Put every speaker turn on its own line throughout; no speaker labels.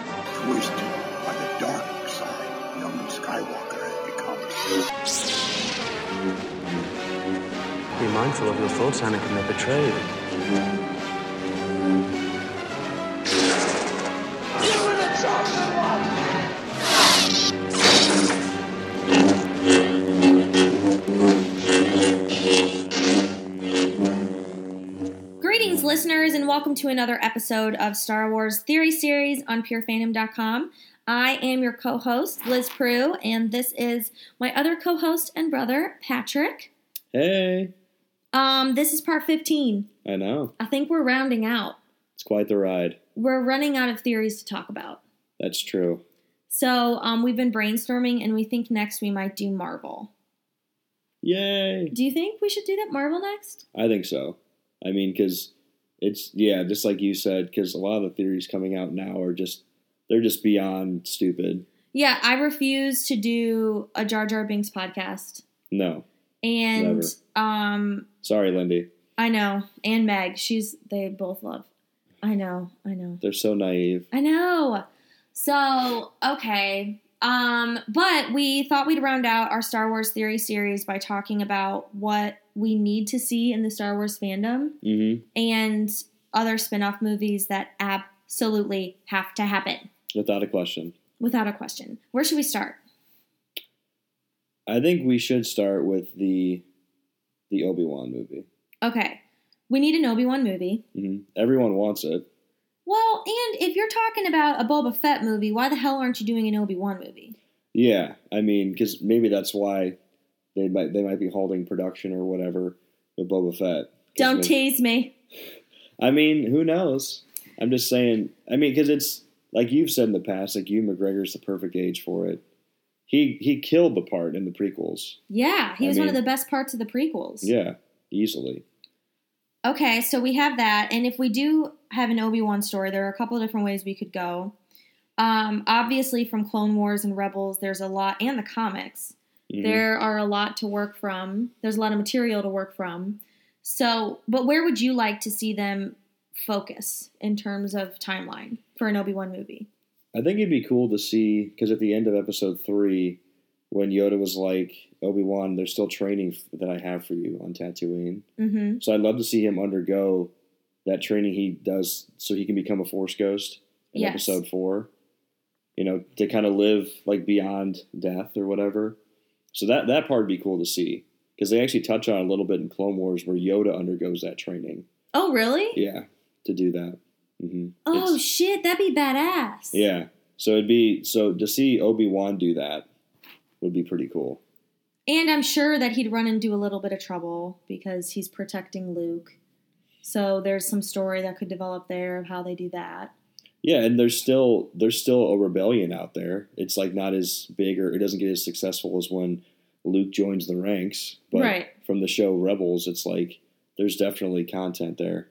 exposed to by the dark side young Skywalker has
Be mindful of your thoughts, Anakin. They're betrayed.
Greetings, listeners, and welcome to another episode of Star Wars Theory Series on PureFandom.com. I am your co host, Liz Prue, and this is my other co host and brother, Patrick.
Hey,
Um, this is part 15.
I know.
I think we're rounding out.
It's quite the ride.
We're running out of theories to talk about.
That's true.
So um, we've been brainstorming, and we think next we might do Marvel.
Yay.
Do you think we should do that Marvel next?
I think so. I mean, because it's, yeah, just like you said, because a lot of the theories coming out now are just, they're just beyond stupid.
Yeah, I refuse to do a Jar Jar Binks podcast.
No.
And
Never.
um,
Sorry, Lindy.
I know. And Meg. She's they both love. I know. I know.
They're so naive.
I know. So, okay. Um, but we thought we'd round out our Star Wars theory series by talking about what we need to see in the Star Wars fandom
Mm hmm.
and other spin-off movies that absolutely have to happen
Without a question.
without a question. Where should we start?
I think we should start with the, the Obi Wan movie.
Okay. We need an Obi-Wan movie.
hmm Everyone wants it.
Well, and if you're talking about a Boba Fett movie, why the hell aren't you doing an Obi-Wan movie?
Yeah, I mean, because maybe that's why they might they might be holding production or whatever with Boba Fett.
Don't
Because-
tease me.
I mean, who knows? I'm just saying. I mean, because it's like you've said in the past, like you McGregor's the perfect age for it. He he killed the part in the prequels.
Yeah, he
I
was one of
mean-
the best parts of the prequels.
Yeah, easily.
Okay, so we have that, and if we do have an Obi Wan story, there are a couple of different ways we could go. Um, obviously, from Clone Wars and Rebels, there's a lot, and the comics,
Mhm.
there are a lot to work from. There's a lot of material to work from. So, but where would you like to see them focus in terms of timeline for an Obi Wan movie?
I think it'd be cool to see because at the end of Episode three, when Yoda was like Obi Wan, there's still training f- that I have for you on Tatooine.
Mm-hmm.
So I'd love to see him undergo that training he does so he can become a Force Ghost in
Yes.
episode four. You know, to kind of live like beyond death or whatever. So that that part would be cool to see because they actually touch on it a little bit in Clone Wars where Yoda undergoes that training.
Oh, really?
Yeah, to do that. hmm
oh shit, that'd be badass.
yeah. So it'd be so to see Obi Wan do that would be pretty cool.
And I'm sure that he'd run into a little bit of trouble because he's protecting Luke. So there's some story that could develop there of how they do that.
Yeah, and there's still there's still a rebellion out there. It's like not as big or it doesn't get as successful as when Luke joins the ranks. But
Right.
from the show Rebels, it's like there's definitely content there.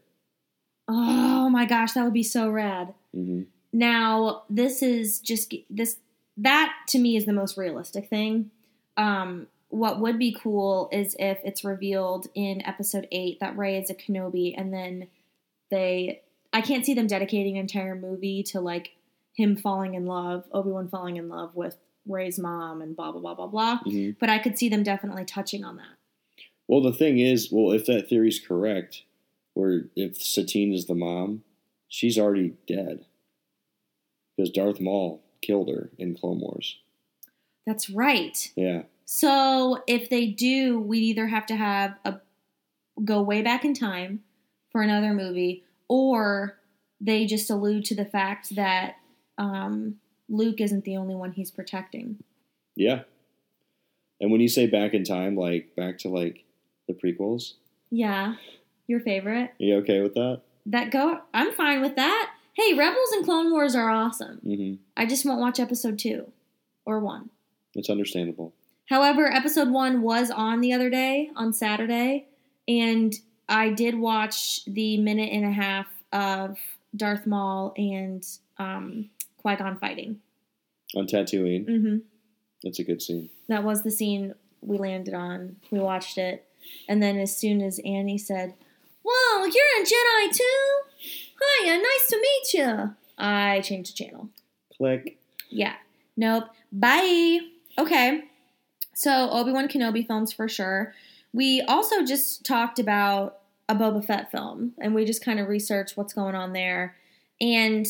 Oh my gosh, that would be so rad.
hmm
Now, this is just this that to me is the most realistic thing. Um what would be cool is if it's revealed in episode 8 that Rey is a Kenobi and then they I can't see them dedicating an entire movie to like him falling in love, Obi-Wan falling in love with Rey's mom and blah blah blah blah blah,
hmm
but I could see them definitely touching on that.
Well, the thing is, well, if that theory's correct, where if Satine is the mom, she's already dead because Darth Maul killed her in Clone Wars.
That's right.
Yeah,
So if they do, we'd either have to have a go way back in time for another movie, or they just allude to the fact that um, Luke isn't the only one he's protecting.
yeah. And when you say back in time, like back to like the prequels,
Yeah, your favorite.
Are you okay with that?
That go. I'm fine with that. Hey, Rebels and Clone Wars are awesome.
Mm-hmm.
I just won't watch episode two or one.
It's understandable.
However, episode one was on the other day, on Saturday, and I did watch the minute and a half of Darth Maul and um, Qui Gon fighting.
On Tatooine,
hmm
that's a good scene.
That was the scene we landed on. We watched it. And then as soon as Annie said, Whoa, you're a Jedi too? Hiya, nice to meet you. I changed the channel.
Click.
Yeah. Nope. Bye. Okay. So Obi Wan Kenobi films for sure. We also just talked about a Boba Fett film, and we just kind of researched what's going on there. And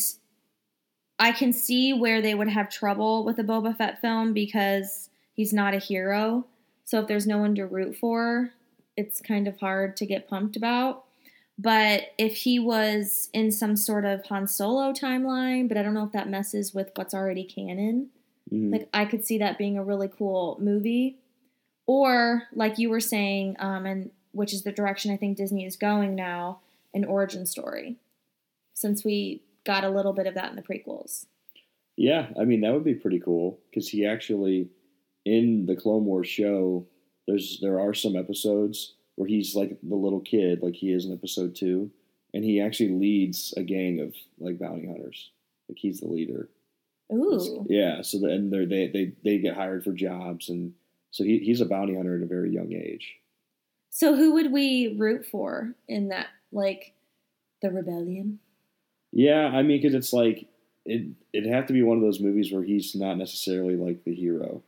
I can see where they would have trouble with a Boba Fett film because he's not a hero. So if there's no one to root for, it's kind of hard to get pumped about. But if he was in some sort of Han Solo timeline, but I don't know if that messes with what's already canon.
Mhm.
Like I could see that being a really cool movie, or like you were saying, um, and which is the direction I think Disney is going now, an origin story, since we got a little bit of that in the prequels.
Yeah, I mean that would be pretty cool because he actually in the Clone Wars show, there's there are some episodes where he's like the little kid, like he is in episode two, and he actually leads a gang of like bounty hunters. Like he's the leader.
Ooh,
Yeah, so the, and they're, they they they get hired for jobs, and so he, he's a bounty hunter at a very young age.
so who would we root for in that? Like the rebellion?
Yeah, I mean, because it's like it it'd have to be one of those movies where he's not necessarily like the hero.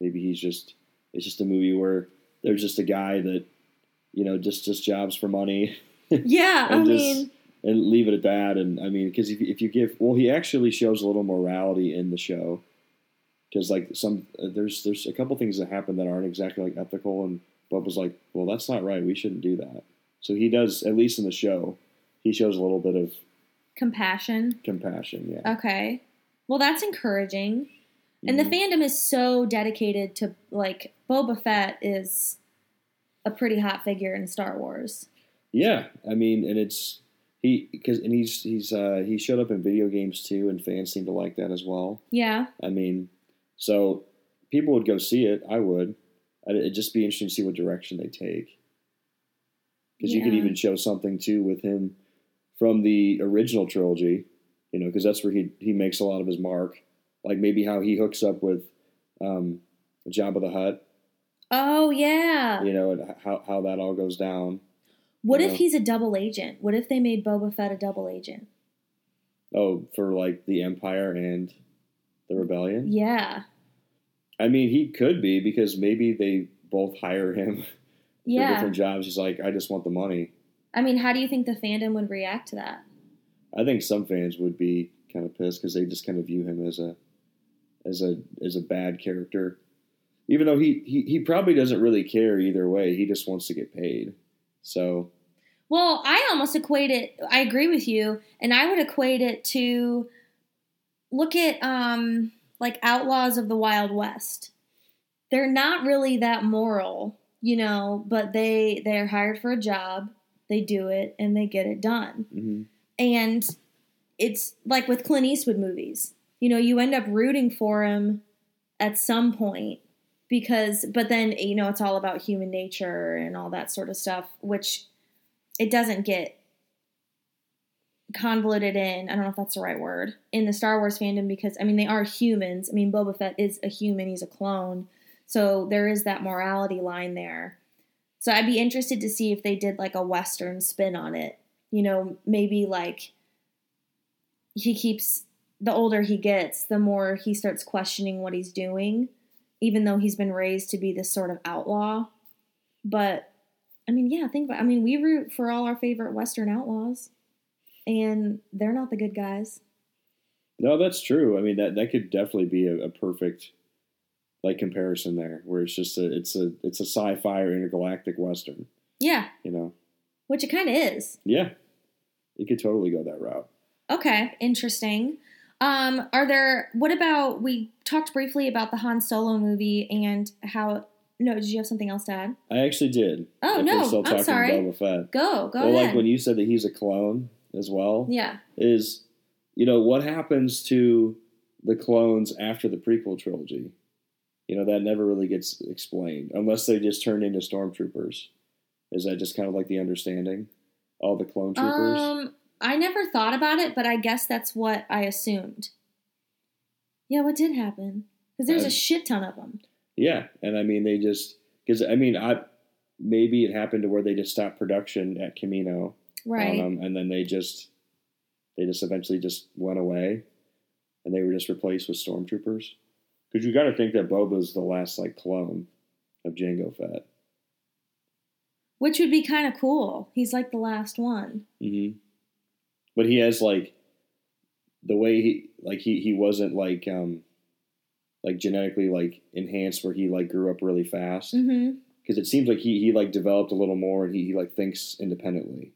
Maybe he's just it's just a movie where there's just a guy that you know just just jobs for money
Yeah, I
And just-
mean,
and leave it at that. And I mean, because if if you give well, he actually shows a little morality in the show because like some uh, there's there's a couple things that happen that aren't exactly like ethical, and Bob was like, well, that's not right. We shouldn't do that. So he does at least in the show, he shows a little bit of
compassion.
compassion. Yeah.
Okay. Well, that's encouraging. Uh, And
Mhm.
the fandom is so dedicated to like Boba Fett is a pretty hot figure in Star Wars.
Yeah, I mean, and it's he because and he's he's uh, he showed up in video games too, and fans seem to like that as well.
Yeah.
I mean, so people would go see it. I would. I'd, it'd just be interesting to see what direction they take because you could
Yeah.
even show something too with him from the original trilogy, you know, because that's where he he makes a lot of his mark. Like maybe how he hooks up with um, Jabba the Hutt,
Oh yeah.
you know, and how how that all goes down.
What
Yeah.
if he's a double agent? What if they made Boba Fett a double agent?
Oh, for like the Empire and the Rebellion.
Yeah.
I mean, he could be because maybe they both hire him for
Yeah.
different jobs. He's like, I just want the money.
I mean, how do you think the fandom would react to that?
I think some fans would be kind of pissed because they just kind of view him as a as a as a bad character, even though he, he he probably doesn't really care either way. He just wants to get paid. So
Well, I almost equate it. I agree with you, and I would equate it to look at um, like outlaws of the Wild West. They're not really that moral, you know, but they they are hired for a job, they do it, and they get it done.
mhm.
And it's like with Clint Eastwood movies, you know, you end up rooting for him at some point because, but then you know, it's all about human nature and all that sort of stuff, which it doesn't get convoluted in. I don't know if that's the right word in the Star Wars fandom because I mean they are humans. I mean Boba Fett is a human; he's a clone, so there is that morality line there. So I'd be interested to see if they did like a Western spin on it. You know, maybe like he keeps the older he gets, the more he starts questioning what he's doing, even though he's been raised to be this sort of outlaw. But I mean, yeah, think about I mean, we root for all our favorite Western outlaws, and they're not the good guys.
no, that's true. I mean that that could definitely be a, a perfect like comparison there, where it's just a it's a it's a sci-fi or intergalactic western,
Yeah,
you know.
which it kind of is.
Yeah. It could totally go that route.
Okay, interesting. Um, are there what about we talked briefly about the Han Solo movie and how no, did you have something else to add?
I actually did.
Oh,
If
no,
we're still
I'm
talking
sorry.
Boba Fett.
Go, go
well,
ahead.
like when you said that he's a clone as well,
yeah.
is you know what happens to the clones after the prequel trilogy? You know that never really gets explained unless they just turn into stormtroopers. Is that just kind of like the understanding? All the clone troopers.
Um, I never thought about it, but I guess that's what I assumed. Yeah, what did happen? Because there's
Uh, I-
a shit ton of them.
Yeah, and I mean they just because I mean I maybe it happened to where they just stopped production at Camino. on
Right.
them, and then they just they just eventually just went away. and they were just replaced with stormtroopers. Because you got to think that Boba's the last like clone of Jango Fett.
Which would be kind of cool. He's like the last one.
Mm-hmm. But he has like the way he like he he wasn't like um like genetically like enhanced where he like grew up really fast because
Mm-hmm.
it seems like he he like developed a little more and he, he like thinks independently.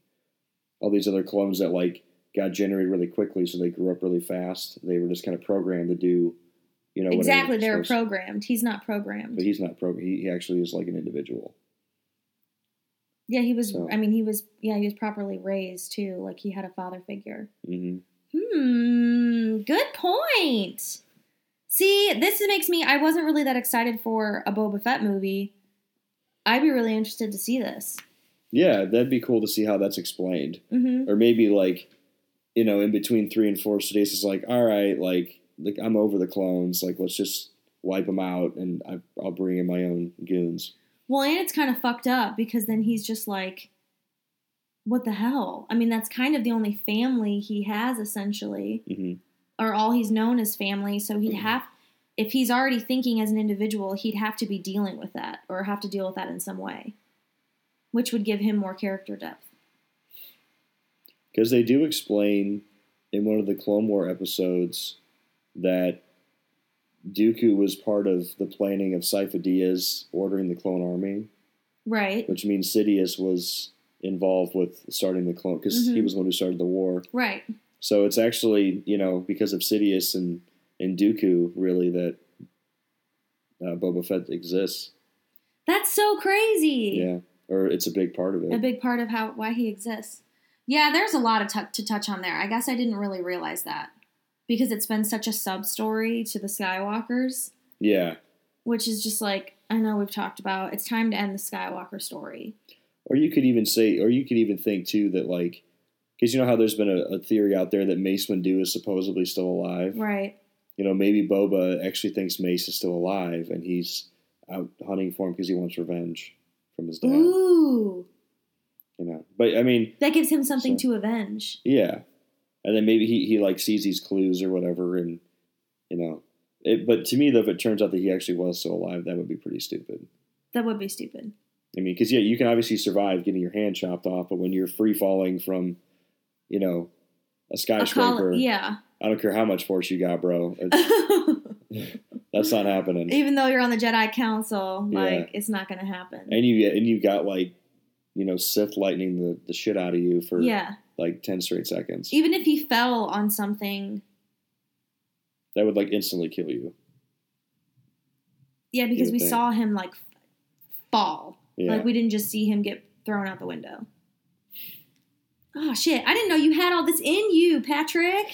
All these other clones that like got generated really quickly, so they grew up really fast. They were just kind of programmed to do, you know, whatever
exactly. They're
supposed to-
programmed. He's not programmed.
But he's not pro. He, he actually is like an individual.
yeah, he was.
So-
I mean, he was. Yeah, he was properly raised too. Like he had a father figure.
Mm-hmm.
Hmm. Good point. See, this makes me. I wasn't really that excited for a Boba Fett movie. I'd be really interested to see this.
Yeah, that'd be cool to see how that's explained,
Mm-hmm.
or maybe like, you know, in between three and four, Sedace is like, all right, like, like I'm over the clones. Like, let's just wipe them out, and I, I'll bring in my own goons.
Well, and it's kind of fucked up because then he's just like, what the hell? I mean, that's kind of the only family he has essentially,
Mm-hmm.
or all he's known as family. So he'd
Mhm.
have, if he's already thinking as an individual, he'd have to be dealing with that or have to deal with that in some way, which would give him more character depth.
Because they do explain in one of the Clone War episodes that Dooku was part of the planning of Sifo Dyas ordering the clone army.
Right.
which means Sidious was involved with starting the clone because he
Mhm.
was the one who started the war.
Right.
So it's actually you know because of Sidious and and Dooku really that uh, Boba Fett exists.
That's so crazy.
Yeah, or it's a big part of it.
a big part of how why he exists. Yeah, there's a lot of tu to touch on there. I guess I didn't really realize that because it's been such a sub story to the Skywalkers,
yeah,
which is just like I know we've talked about. It's time to end the Skywalker story.
or you could even say, or you could even think too that like because you know how there's been a, a theory out there that Mace Windu is supposedly still alive.
Right.
You know maybe Boba actually thinks Mace is still alive and he's out hunting for him because he wants revenge from his dad.
Ooh,
You know, but I mean.
that gives him something
So-
to avenge.
Yeah, and then maybe he, he like sees these clues or whatever, and you know. It, but to me, though, if it turns out that he actually was still alive, that would be pretty stupid.
That would be stupid.
I mean, because yeah, you can obviously survive getting your hand chopped off, but when you're free falling from, you know, a
A col-
skyscraper,
yeah.
I don't care how much force you got, bro. It's, that's not happening.
Even though you're on the Jedi Council,
Yeah.
like it's not going to happen.
And you and you got like, you know, Sith lightning the, the shit out of you for
yeah.
like ten straight seconds.
Even if he fell on something,
That would like instantly kill you.
yeah, because
would
we
think.
saw him like fall.
Yeah.
Like we didn't just see him get thrown out the window. Oh shit! I didn't know you had all this in you, Patrick.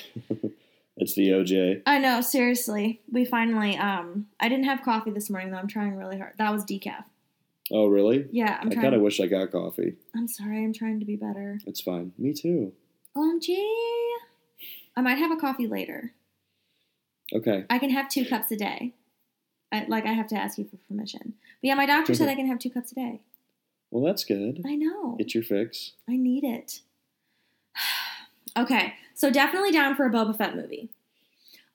it's the OJ.
I know, seriously. We finally. Um, I didn't have coffee this morning though. I'm trying really hard. That was decaf.
Oh, really?
Yeah, I'm
I kind of
trying.
wish I got coffee.
I'm sorry. I'm trying to be better.
It's fine. Me too.
OMG! I might have a coffee later.
Okay.
I can have two cups a day. I, like I have to ask you for permission. But yeah, my doctor said I can have two cups a day.
Well, that's good.
I know.
It's your fix.
I need it. okay, so definitely down for a Boba Fett movie.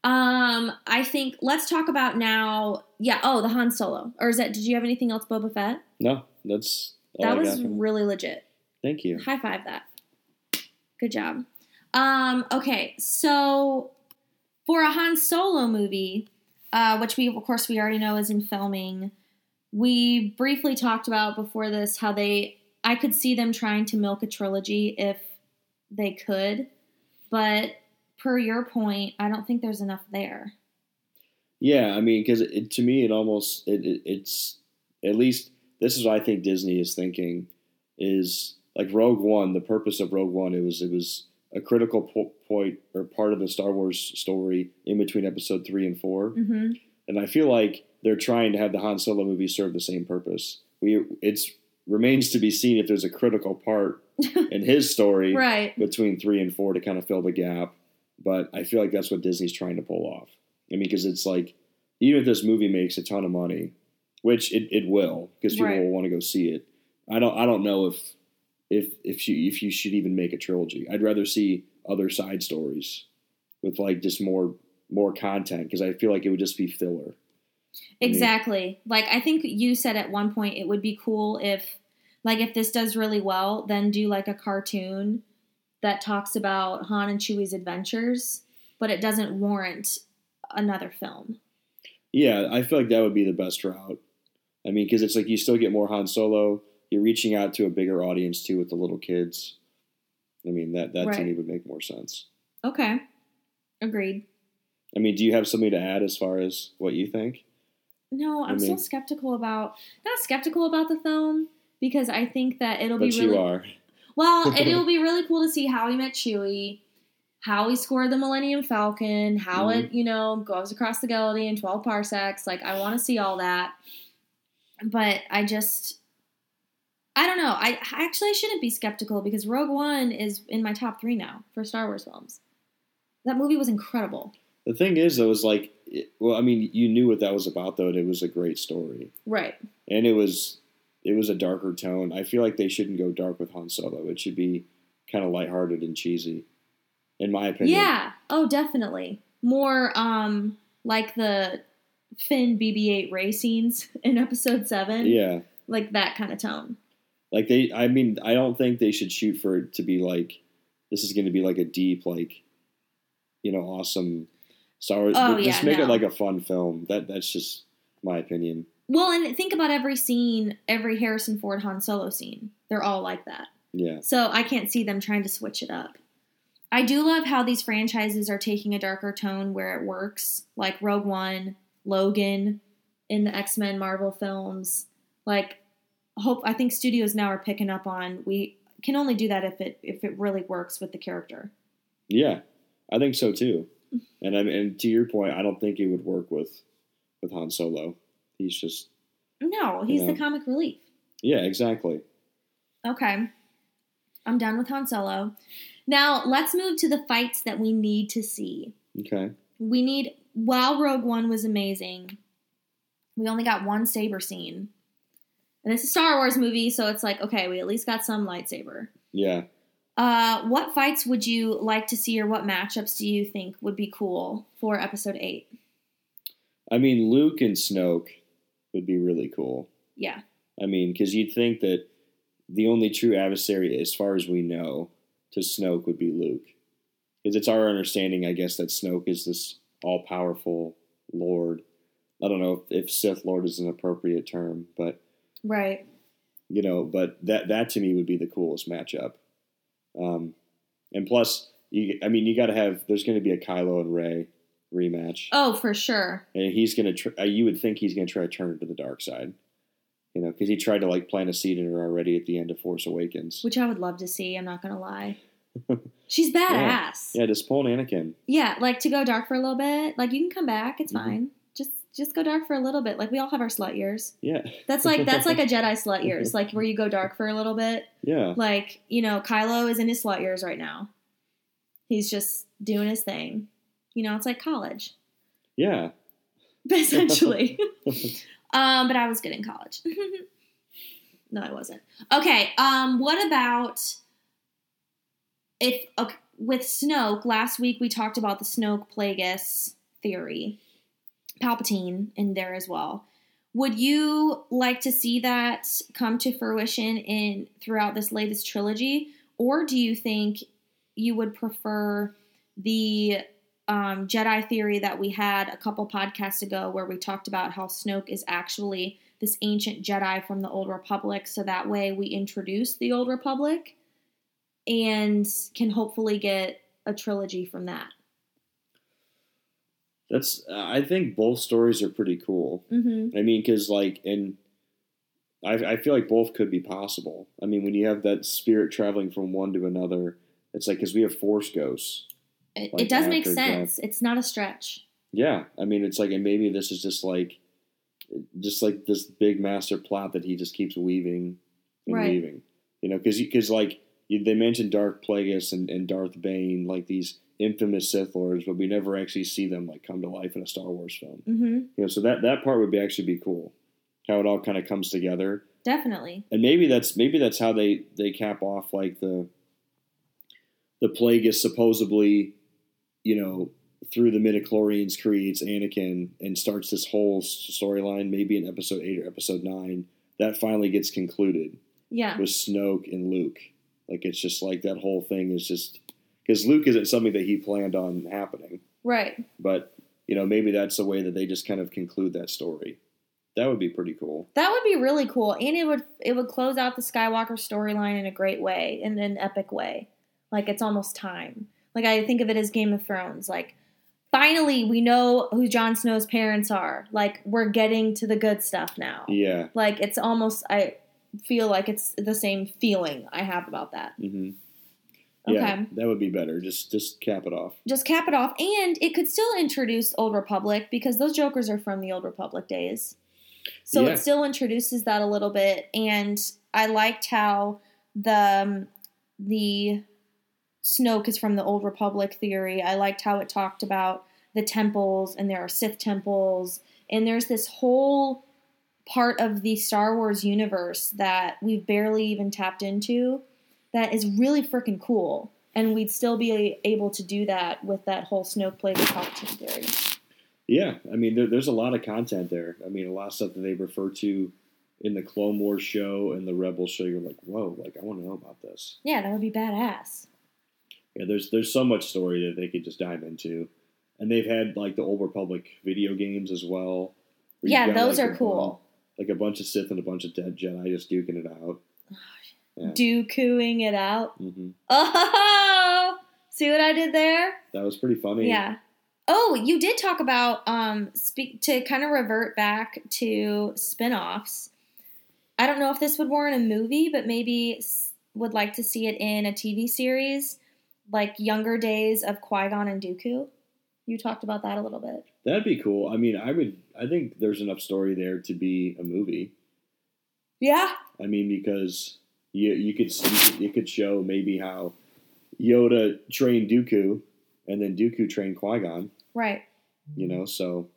Um, I think let's talk about now. Yeah. Oh, the Han Solo. Or is that? Did you have anything else, Boba Fett?
No, that's all
that
Oh, I
was
got from-
really legit.
Thank you.
High five that. Good job. Um, okay, so for a Han Solo movie, uh, which we of course we already know is in filming, we briefly talked about before this how they I could see them trying to milk a trilogy if they could, but per your point, I don't think there's enough there.
Yeah, I mean, because it, to me, it almost it, it, it's at least this is what I think Disney is thinking is like Rogue One. The purpose of Rogue One it was it was a critical po- point or part of the Star Wars story in between Episode three and 4
Mm-hmm.
and I feel like they're trying to have the Han Solo movie serve the same purpose. We it's remains to be seen if there's a critical part in his story
Right.
between three and four to kind of fill the gap. But I feel like that's what Disney's trying to pull off. I mean, because it's like even if this movie makes a ton of money, which it, it will, because people
Right.
will want to go see it. I don't I don't know if if if you if you should even make a trilogy. I'd rather see other side stories with like just more more content because I feel like it would just be filler. mean-
Exactly. Like I think you said at one point it would be cool if like if this does really well, then do like a cartoon that talks about Han and Chewie's adventures, but it doesn't warrant another film.
Yeah, I feel like that would be the best route. I mean, because it's like you still get more Han Solo. You're reaching out to a bigger audience too with the little kids. I mean, that that to
Right.
me would make more sense.
Okay. Agreed.
I mean, do you have something to add as far as what you think?
No,
I
I'm still
mean-
skeptical about not skeptical about the film because I think that it'll
but
be
you
really
are.
Well, and it'll be really cool to see how he met Chewie, how he scored the Millennium Falcon, how it, you know, goes across the galaxy in 12 parsecs. Like, I want to see all that. But I just, I don't know. I I actually I shouldn't be skeptical because Rogue One is in my top three now for Star Wars films. That movie was incredible.
The thing is, though, is like, it, well, I mean, you knew what that was about, though, and it was a great story,
Right.
and it was, it was a darker tone. I feel like they shouldn't go dark with Han Solo. It should be kind of lighthearted and cheesy, in my opinion.
Yeah. Oh, definitely. More um like the Finn BB-8 Ray scenes in Episode Seven.
yeah.
Like that kind of tone.
Like they, I mean, I don't think they should shoot for it to be like, this is going to be like a deep, like, you know, awesome Star Wars.
Oh,
just
yeah,
make it
no.
like a fun film. That that's just my opinion.
Well, and think about every scene, every Harrison Ford Han Solo scene. They're all like that.
Yeah.
So I can't see them trying to switch it up. I do love how these franchises are taking a darker tone where it works, like Rogue One, Logan, in the X Men Marvel films. Like, hope I think studios now are picking up on we can only do that if it if it really works with the character.
Yeah, I think so too. And I and to your point, I don't think it would work with with Han Solo. He's just
No, he's the
Yeah.
comic relief.
yeah, exactly.
Okay. I'm done with Han Solo. Now, let's move to the fights that we need to see.
Okay,
We need, while Rogue One was amazing, we only got one saber scene. And it's a Star Wars movie, so it's like, okay, we at least got some lightsaber.
yeah.
Uh, what fights would you like to see, or what matchups do you think would be cool for episode eight?
I mean, Luke and Snoke would be really cool.
Yeah.
I mean, because you'd think that the only true adversary, as far as we know, to Snoke would be Luke, because it's our understanding, I guess, that Snoke is this all powerful Lord. I don't know if, if Sith Lord is an appropriate term, but
Right.
you know, but that that to me would be the coolest matchup. Um, and plus, you, I mean, you got to have. There's going to be a Kylo and Ray rematch,
Oh, for sure.
and he's going to. Tr- uh, you would think he's going to try to turn to the dark side, you know, because he tried to like plant a seed in her already at the end of Force Awakens.
Which I would love to see, I'm not going to lie. She's badass.
Yeah, just pull an Anakin.
Yeah, like to go dark for a little bit. Like you can come back, it's
Mhm.
fine. Just just go dark for a little bit. Like we all have our slut years.
Yeah,
That's like that's like a Jedi slut years, like where you go dark for a little bit.
yeah,
Like, you know, Kylo is in his slut years right now. He's just doing his thing. You know, it's like college,
yeah.
essentially. um, but I was good in college. no, I wasn't. Okay, um, what about if okay, with Snoke, last week we talked about the Snoke Plagueis theory, Palpatine in there as well. Would you like to see that come to fruition in throughout this latest trilogy, or do you think you would prefer the um, Jedi theory that we had a couple podcasts ago, where we talked about how Snoke is actually this ancient Jedi from the Old Republic, so that way we introduce the Old Republic and can hopefully get a trilogy from that.
That's. I think both stories are pretty cool.
Mm-hmm.
I mean, because like, and I, I feel like both could be possible. I mean, when you have that spirit traveling from one to another, it's like because we have force ghosts.
It,
Like
it does make
after
sense. It's not a stretch.
Yeah, I mean, it's like, and maybe this is just like, just like this big master plot that he just keeps weaving and
Right.
weaving. You know, because because like you, they mentioned Darth Plagueis and, and Darth Bane, like these infamous Sith lords, but we never actually see them like come to life in a Star Wars film.
Mm-hmm.
You know, so that that part would be actually be cool. How it all kind of comes together.
Definitely.
and maybe that's maybe that's how they they cap off like the the plague is supposedly you know through the midichlorians creates Anakin and starts this whole s- storyline, maybe in episode eight or episode nine, that finally gets concluded
Yeah.
with Snoke and Luke. Like it's just like that whole thing is just because Luke isn't something that he planned on happening,
Right.
but you know maybe that's the way that they just kind of conclude that story. That would be pretty cool.
That would be really cool, and it would it would close out the Skywalker storyline in a great way, in an epic way. Like it's almost time. Like I think of it as Game of Thrones. Like finally, we know who Jon Snow's parents are. Like we're getting to the good stuff now.
Yeah.
Like it's almost I feel like it's the same feeling I have about that.
hmm Yeah,
Okay.
that would be better. Just just cap it off.
Just cap it off, and it could still introduce Old Republic because those Jokers are from the Old Republic days. So
Yeah.
it still introduces that a little bit, and I liked how the um, the Snoke is from the Old Republic theory. I liked how it talked about the temples, and there are Sith temples, and there's this whole part of the Star Wars universe that we've barely even tapped into that is really freaking cool. And we'd still be able to do that with that whole Snoke Plague Palpatine theory.
Yeah, I mean, there, there's a lot of content there. I mean, a lot of stuff that they refer to in the Clone Wars show and the Rebels show. You're like, whoa, like I want to know about this.
Yeah, that would be badass.
Yeah, there's there's so much story that they could just dive into, and they've had like the Old Republic video games as well. where you've
Yeah,
got,
those
like,
are
a
cool.
bun- like a bunch of Sith and a bunch of dead Jedi just duking it out. Yeah.
Dookuing it out.
hmm
Oh, see what I did there?
That was pretty funny.
Yeah. Oh, you did talk about um speak to kind of revert back to spin-offs. I don't know if this would warrant a movie, but maybe s- would like to see it in a TV series, like Younger Days of Qui-Gon and Dooku. You talked about that a little bit.
that'd be cool. I mean, I would. I think there's enough story there to be a movie.
Yeah.
I mean, because you you could you could, you could show maybe how Yoda trained Dooku, and then Dooku trained Qui Gon.
Right.
You know, so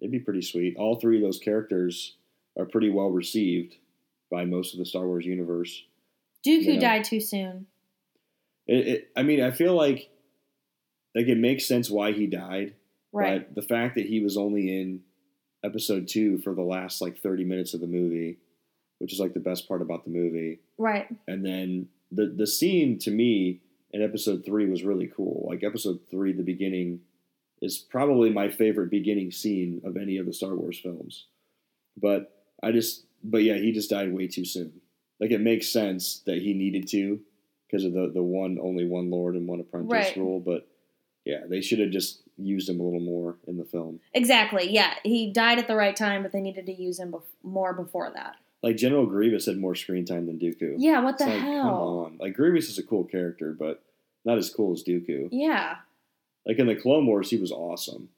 it'd be pretty sweet. All three of those characters are pretty well received by most of the Star Wars universe.
Dooku
You know.
died too soon.
It, it, I mean, I feel like like it makes sense why he died,
Right.
but the fact that he was only in episode two for the last like thirty minutes of the movie, which is like the best part about the movie.
Right.
and then the the scene to me in episode three was really cool. Like episode three, the beginning is probably my favorite beginning scene of any of the Star Wars films. But I just, but yeah, he just died way too soon. Like it makes sense that he needed to because of the the one only one Lord and one apprentice
Right.
rule. But yeah, they should have just used him a little more in the film.
Exactly. Yeah. He died at the right time, but they needed to use him bef- more before that.
Like General Grievous had more screen time than Dooku.
Yeah. What the
It's like, Come
hell?
on, like Grievous is a cool character, but not as cool as Dooku.
Yeah.
Like in the Clone Wars, he was awesome.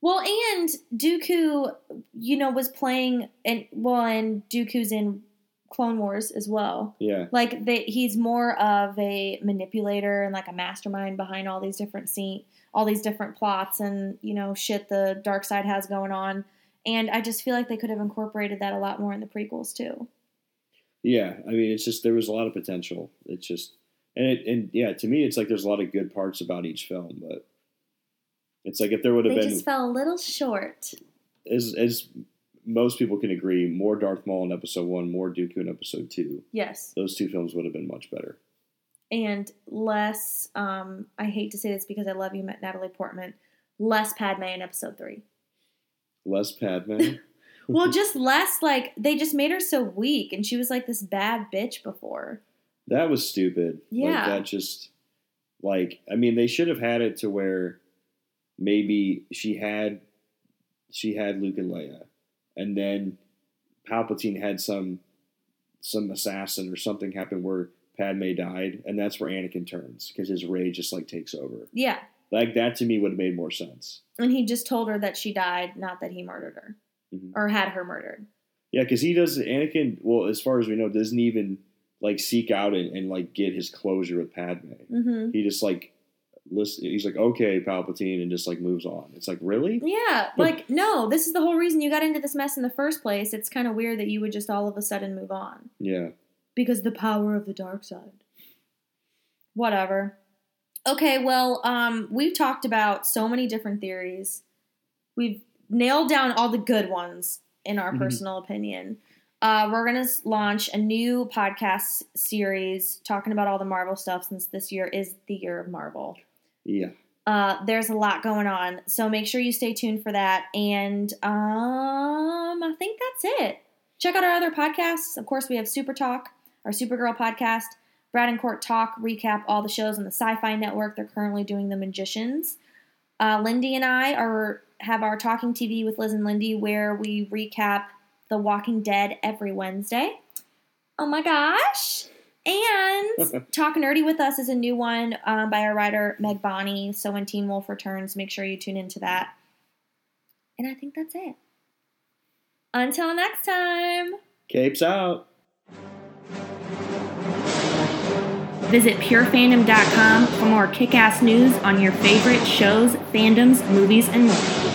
Well, and Dooku, you know, was playing, and well, and Dooku's in Clone Wars as well.
Yeah,
Like that, he's more of a manipulator and like a mastermind behind all these different scene, all these different plots, and you know, shit the dark side has going on. And I just feel like they could have incorporated that a lot more in the prequels too.
yeah. I mean, it's just there was a lot of potential. It's just and it and yeah, to me, it's like there's a lot of good parts about each film, but it's like if there would have
They
been
just fell a little short.
as as most people can agree, more Darth Maul in Episode One, more Dooku in Episode Two.
Yes.
Those two films would have been much better.
and less um I hate to say this because I love you Natalie Portman, less Padme in episode 3.
Less Padme. Mm-hmm.
well, just less like they just made her so weak and she was like this bad bitch before.
That was stupid. Like,
Yeah.
that just, like, I mean, they should have had it to where maybe she had, she had Luke and Leia, and then Palpatine had some, some assassin or something happen where Padme died, and that's where Anakin turns because his rage just like takes over.
Yeah.
Like that to me would have made more sense.
And he just told her that she died, not that he murdered her
Mhm.
or had her murdered.
Yeah, because he does Anakin. Well, as far as we know, doesn't even like seek out and, and like get his closure with Padme.
Mhm.
he just like listen he's like okay palpatine and just like moves on it's like really
Yeah, like no, this is the whole reason you got into this mess in the first place. It's kind of weird that you would just all of a sudden move on
yeah
because the power of the dark side. Whatever. Okay, well, um, we've talked about so many different theories. We've nailed down all the good ones in our
Mhm.
personal opinion. Uh, we're going to launch a new podcast series talking about all the Marvel stuff since this year is the year of Marvel.
Yeah.
Uh, there's a lot going on, so make sure you stay tuned for that. And um, I think that's it. Check out our other podcasts. Of course, we have Super Talk, our Supergirl podcast, Brad and Court Talk, recap all the shows on the Sci Fi Network. They're currently doing The Magicians. Uh, Lindy and I are have our Talking TV with Liz and Lindy, where we recap The Walking Dead every Wednesday. Oh my gosh! And Talk Nerdy with Us is a new one um, by our writer Meg Bonnie. So when Teen Wolf returns, make sure you tune into that. And I think that's it. Until next time.
Capes out.
Visit purefandom.com for more kick ass news on your favorite shows, fandoms, movies, and more.